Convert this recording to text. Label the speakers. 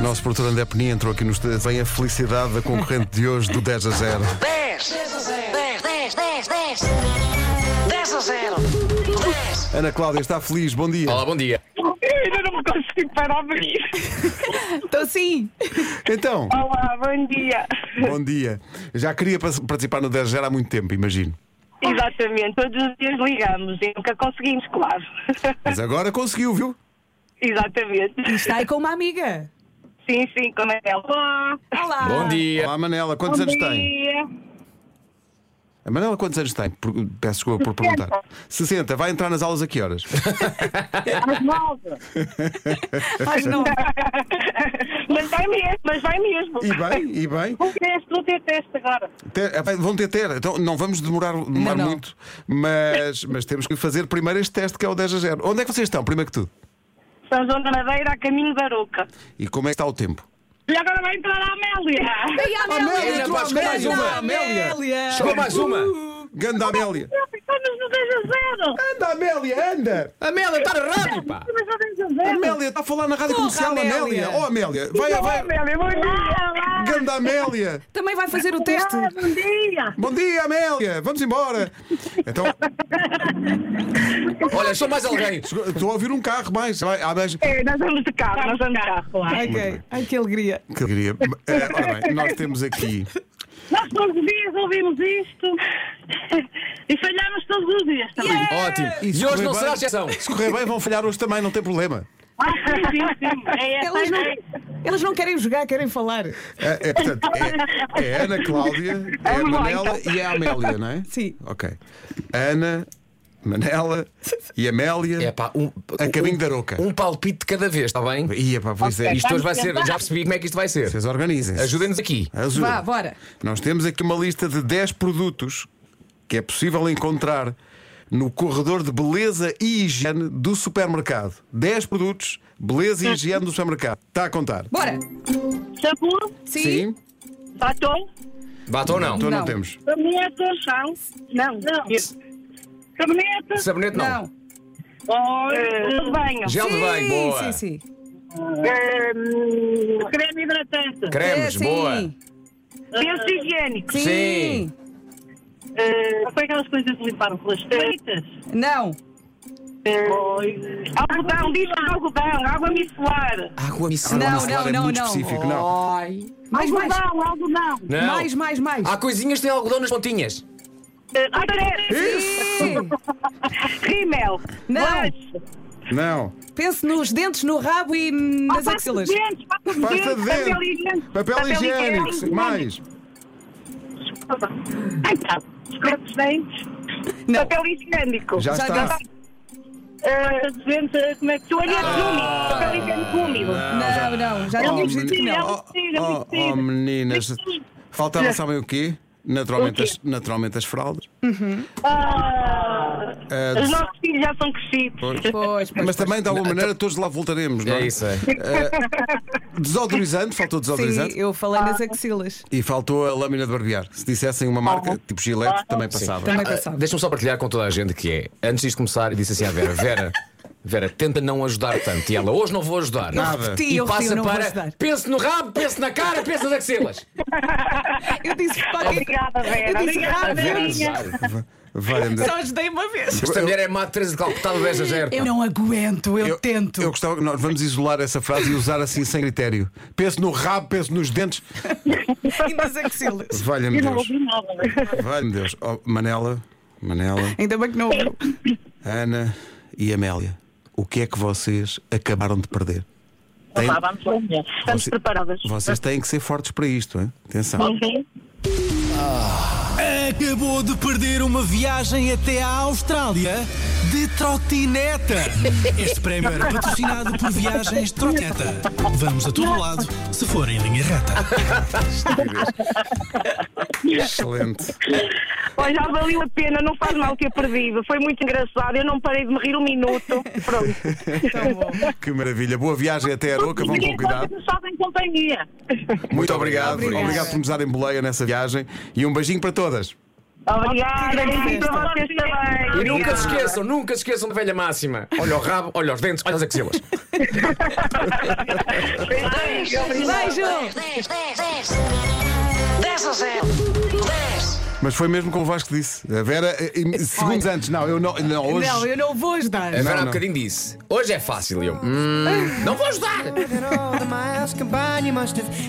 Speaker 1: nosso produtor André Peninha entrou aqui nos. Vem a felicidade da concorrente de hoje do 10 a 0.
Speaker 2: 10, 10, 10, 10, 10, 10 a 0, 10.
Speaker 1: Ana Cláudia está feliz, bom dia.
Speaker 3: Olá, bom dia.
Speaker 4: Eu ainda não me consigo parar de rir.
Speaker 5: Estou sim.
Speaker 1: Então,
Speaker 4: Olá, bom dia.
Speaker 1: bom dia. Já queria pa- participar no 10 a 0 há muito tempo, imagino.
Speaker 4: Exatamente, todos os dias ligamos e nunca conseguimos, claro.
Speaker 1: Mas agora conseguiu, viu?
Speaker 4: Exatamente.
Speaker 5: Está Tá aí com uma amiga.
Speaker 4: Sim, sim, com a é? Olá.
Speaker 5: Olá.
Speaker 3: Bom dia.
Speaker 1: Olá, Manela, quantos anos tem? A Manela, quantos anos tem? Por- Peço desculpa por perguntar. 60. Vai entrar nas aulas a que horas?
Speaker 4: Às nove.
Speaker 5: Às nove.
Speaker 4: Mas vai mesmo, mas vai mesmo.
Speaker 1: E bem, e bem.
Speaker 4: Vou teste, vou ter teste agora.
Speaker 1: Te- eh, bem, vão ter ter. Então, não vamos demorar, demorar
Speaker 5: não.
Speaker 1: muito, mas, mas temos que fazer primeiro este teste que é o 10 a 0. Onde é que vocês estão, primeiro que tudo?
Speaker 4: São João da Madeira a caminho da Aroca.
Speaker 1: E como é que está o tempo?
Speaker 4: E agora vai entrar a Amélia.
Speaker 5: E a
Speaker 1: Amélia,
Speaker 5: Amélia.
Speaker 3: entrou mais
Speaker 5: Grande
Speaker 3: uma.
Speaker 5: Amélia.
Speaker 3: Chegou mais uma.
Speaker 1: Ganda Amélia!
Speaker 4: Estamos no 10 a 0.
Speaker 1: Anda, Amélia, anda!
Speaker 3: Amélia, está na rádio, pá.
Speaker 4: Estamos no 10 a 0.
Speaker 1: Amélia, está a falar na rádio
Speaker 5: Porra,
Speaker 1: comercial, Amélia!
Speaker 5: Amélia.
Speaker 1: Oh, Amélia! Vai, vai!
Speaker 4: Amélia, bom dia. Olá.
Speaker 1: Ganda Amélia!
Speaker 5: Também vai fazer o teste.
Speaker 4: Olá, bom dia.
Speaker 1: Bom dia, Amélia! Vamos embora! Então,
Speaker 3: Olha, sou mais alguém.
Speaker 1: chegou- estou a ouvir um carro mais. Vai, há mais...
Speaker 4: É, nós vamos de carro, nós vamos de carro, claro.
Speaker 5: Ok. Ai, que alegria.
Speaker 1: Que alegria. Eh, ora bem, nós temos aqui.
Speaker 4: Nós todos os dias ouvimos isto e falhamos todos os dias também.
Speaker 3: Ótimo. E hoje não será exceção.
Speaker 1: Se correr bem, vão falhar hoje também, não tem problema.
Speaker 4: Ah, sim, sim, sim. É essa a
Speaker 5: Eles não,
Speaker 4: ideia.
Speaker 5: eles não querem jogar, querem falar.
Speaker 1: É, é, portanto, é, é a Ana Cláudia, é a
Speaker 4: Vamos lá,
Speaker 1: Manela
Speaker 4: então.
Speaker 1: e é a Amélia, não é?
Speaker 5: Sim.
Speaker 1: Ok. Ana, Manela e Amélia
Speaker 3: É pá, um,
Speaker 1: a caminho da Roca.
Speaker 3: um palpite de cada vez, está bem?
Speaker 1: Ia, pá, pois é. Isto
Speaker 3: Isto hoje vai ser, já percebi como é que isto vai ser.
Speaker 1: vocês organizem.
Speaker 3: Ajudem-nos aqui.
Speaker 5: Vá, bora.
Speaker 1: Nós temos aqui uma lista de 10 produtos que é possível encontrar no corredor de beleza e higiene do supermercado. 10 produtos, beleza e higiene do supermercado. Está a contar?
Speaker 5: Bora.
Speaker 4: Shampoo,
Speaker 5: Sim.
Speaker 4: batom,
Speaker 3: Batom ou não?
Speaker 1: Então não,
Speaker 5: Não.
Speaker 1: temos.
Speaker 4: sabonete, chão. Não, não. Sabonete,
Speaker 3: Sabonete
Speaker 5: Não.
Speaker 3: não.
Speaker 4: oh, gel de banho,
Speaker 3: Gel de banho,
Speaker 5: sim,
Speaker 3: boa.
Speaker 5: sim, sim.
Speaker 4: eh, creme hidratante, Eh,
Speaker 5: É,
Speaker 3: Cremes,
Speaker 5: sim.
Speaker 3: boa.
Speaker 4: pensos higiênicos,
Speaker 5: Sim.
Speaker 3: Sim.
Speaker 4: eh, foi aquelas coisas de limpar o feitas.
Speaker 5: Não.
Speaker 4: eh, Algodão, diz algodão, água micelar.
Speaker 3: Água
Speaker 1: Agora,
Speaker 3: micelar.
Speaker 5: não,
Speaker 1: esse
Speaker 5: não,
Speaker 1: lado é
Speaker 5: não,
Speaker 1: muito
Speaker 5: não.
Speaker 1: específico, não.
Speaker 5: Ai. Mais, mais.
Speaker 4: Algodão, algodão.
Speaker 3: Não. Ah,
Speaker 5: Mais, mais, mais.
Speaker 3: Há coisinhas que têm algodão nas pontinhas.
Speaker 4: Eh, Aderente,
Speaker 5: Sim.
Speaker 4: rímel,
Speaker 5: Não.
Speaker 4: blush.
Speaker 1: Não.
Speaker 5: Pense nos dentes, no rabo e nas
Speaker 4: Pasta
Speaker 5: axilas.
Speaker 4: de dentes, pasta de
Speaker 1: Pasta de
Speaker 4: dentes, papel higiênico.
Speaker 1: dente. Papel higiênico. Mais.
Speaker 4: Ai, tá. Escova os dentes.
Speaker 5: Não.
Speaker 4: Papel higiênico.
Speaker 1: Já está.
Speaker 4: Pasta de dentes, como é que- Toalhetes
Speaker 1: Ah.
Speaker 4: úmidos. Papel higiênico úmido.
Speaker 5: Não, não. Já
Speaker 1: Oh,
Speaker 5: tínhamos dito que
Speaker 1: menina-
Speaker 3: é
Speaker 5: não.
Speaker 3: um
Speaker 1: oh,
Speaker 4: mentira,
Speaker 1: oh,
Speaker 4: mentira.
Speaker 1: oh, meninas.
Speaker 4: Mentira.
Speaker 1: Faltava, sabem o quê? Naturalmente,
Speaker 4: O quê?
Speaker 1: As, naturalmente as fraldas.
Speaker 4: Ah,
Speaker 1: Ah,
Speaker 4: Os
Speaker 1: de-
Speaker 4: nossos filhos já são crescidos.
Speaker 1: Pois.
Speaker 5: Pois, pois.
Speaker 1: Mas
Speaker 3: tá
Speaker 1: também, de alguma maneira, todos lá voltaremos, não é?
Speaker 3: É isso, é.
Speaker 1: Desodorizante, faltou
Speaker 5: Sim,
Speaker 1: desodorizante.
Speaker 5: eu falei nas axilas.
Speaker 1: E faltou a lâmina de barbear. Se dissessem uma marca tipo Gillette, também passava.
Speaker 5: Também
Speaker 3: Ah,
Speaker 5: passava.
Speaker 3: Deixa-me só partilhar com toda a gente que é, antes disto começar, eu disse assim à Vera: Vera, Vera, tenta não ajudar tanto. E ela, hoje não vou ajudar.
Speaker 1: Nada.
Speaker 5: Repeti,
Speaker 3: E
Speaker 5: eu repeti,
Speaker 3: passa
Speaker 5: eu não vou
Speaker 3: para
Speaker 5: ajudar.
Speaker 3: pense no rabo, pense na cara, pense nas axilas.
Speaker 5: Eu disse para quem.
Speaker 4: Obrigada, Vera.
Speaker 5: Eu disse
Speaker 4: Obrigada,
Speaker 5: rápido.
Speaker 4: Verinha.
Speaker 1: Va- vai, André.
Speaker 5: Só ajudei uma vez.
Speaker 3: Esta mulher é má de 13 de calcutado 10 a 0.
Speaker 5: Eu não aguento, eu, tento.
Speaker 1: Eu gostava que nós vamos isolar essa frase e usar assim sem critério. Penso no rabo, penso nos dentes.
Speaker 5: E nas axilas.
Speaker 1: Valha-me
Speaker 4: Eu não
Speaker 1: Deus.
Speaker 4: ouvi nada.
Speaker 1: Valha-me Deus. Oh, Manela, Manela,
Speaker 5: Ainda bem que não ouviu.
Speaker 1: Ana e Amélia, o que é que vocês acabaram de perder? Tem-
Speaker 4: Tá, vamos lá. Estamos
Speaker 1: Você-
Speaker 4: preparadas.
Speaker 1: Vocês têm que ser fortes para isto, hein? atenção.
Speaker 4: Uhum.
Speaker 6: Acabou de perder uma viagem até à Austrália de trotineta. Este prémio era patrocinado por Viagens Trotineta. Vamos a todo lado, se for em linha reta.
Speaker 1: Excelente.
Speaker 4: Olha, já valeu a pena, não faz mal ter perdido. Foi muito engraçado, eu não parei de me rir um minuto. Pronto.
Speaker 1: Que maravilha. Boa viagem até Aroca, É vão com cuidado.
Speaker 4: Vocês fazem companhia.
Speaker 1: Muito obrigado.
Speaker 5: Obrigada.
Speaker 1: Obrigado por nos darem boleia nessa viagem e um beijinho para todas.
Speaker 4: Obrigada, beijinho para vocês também.
Speaker 3: E nunca se esqueçam, nunca se esqueçam da velha máxima. Olha o rabo, olha os dentes, olha as axilas.
Speaker 4: Beijinho.
Speaker 2: Beijo.
Speaker 5: Beijo.
Speaker 2: 10, 10, 10. 10 a 0. 10.
Speaker 1: Mas foi mesmo como o Vasco disse. A Vera, eh, em- segundos antes, não, eu não, não hoje.
Speaker 5: Não, eu não vou ajudar.
Speaker 3: A Vera há
Speaker 1: não.
Speaker 3: bocadinho disse: Hoje é fácil. E eu: "Hum, Não vou ajudar.
Speaker 7: All the miles combined, you must have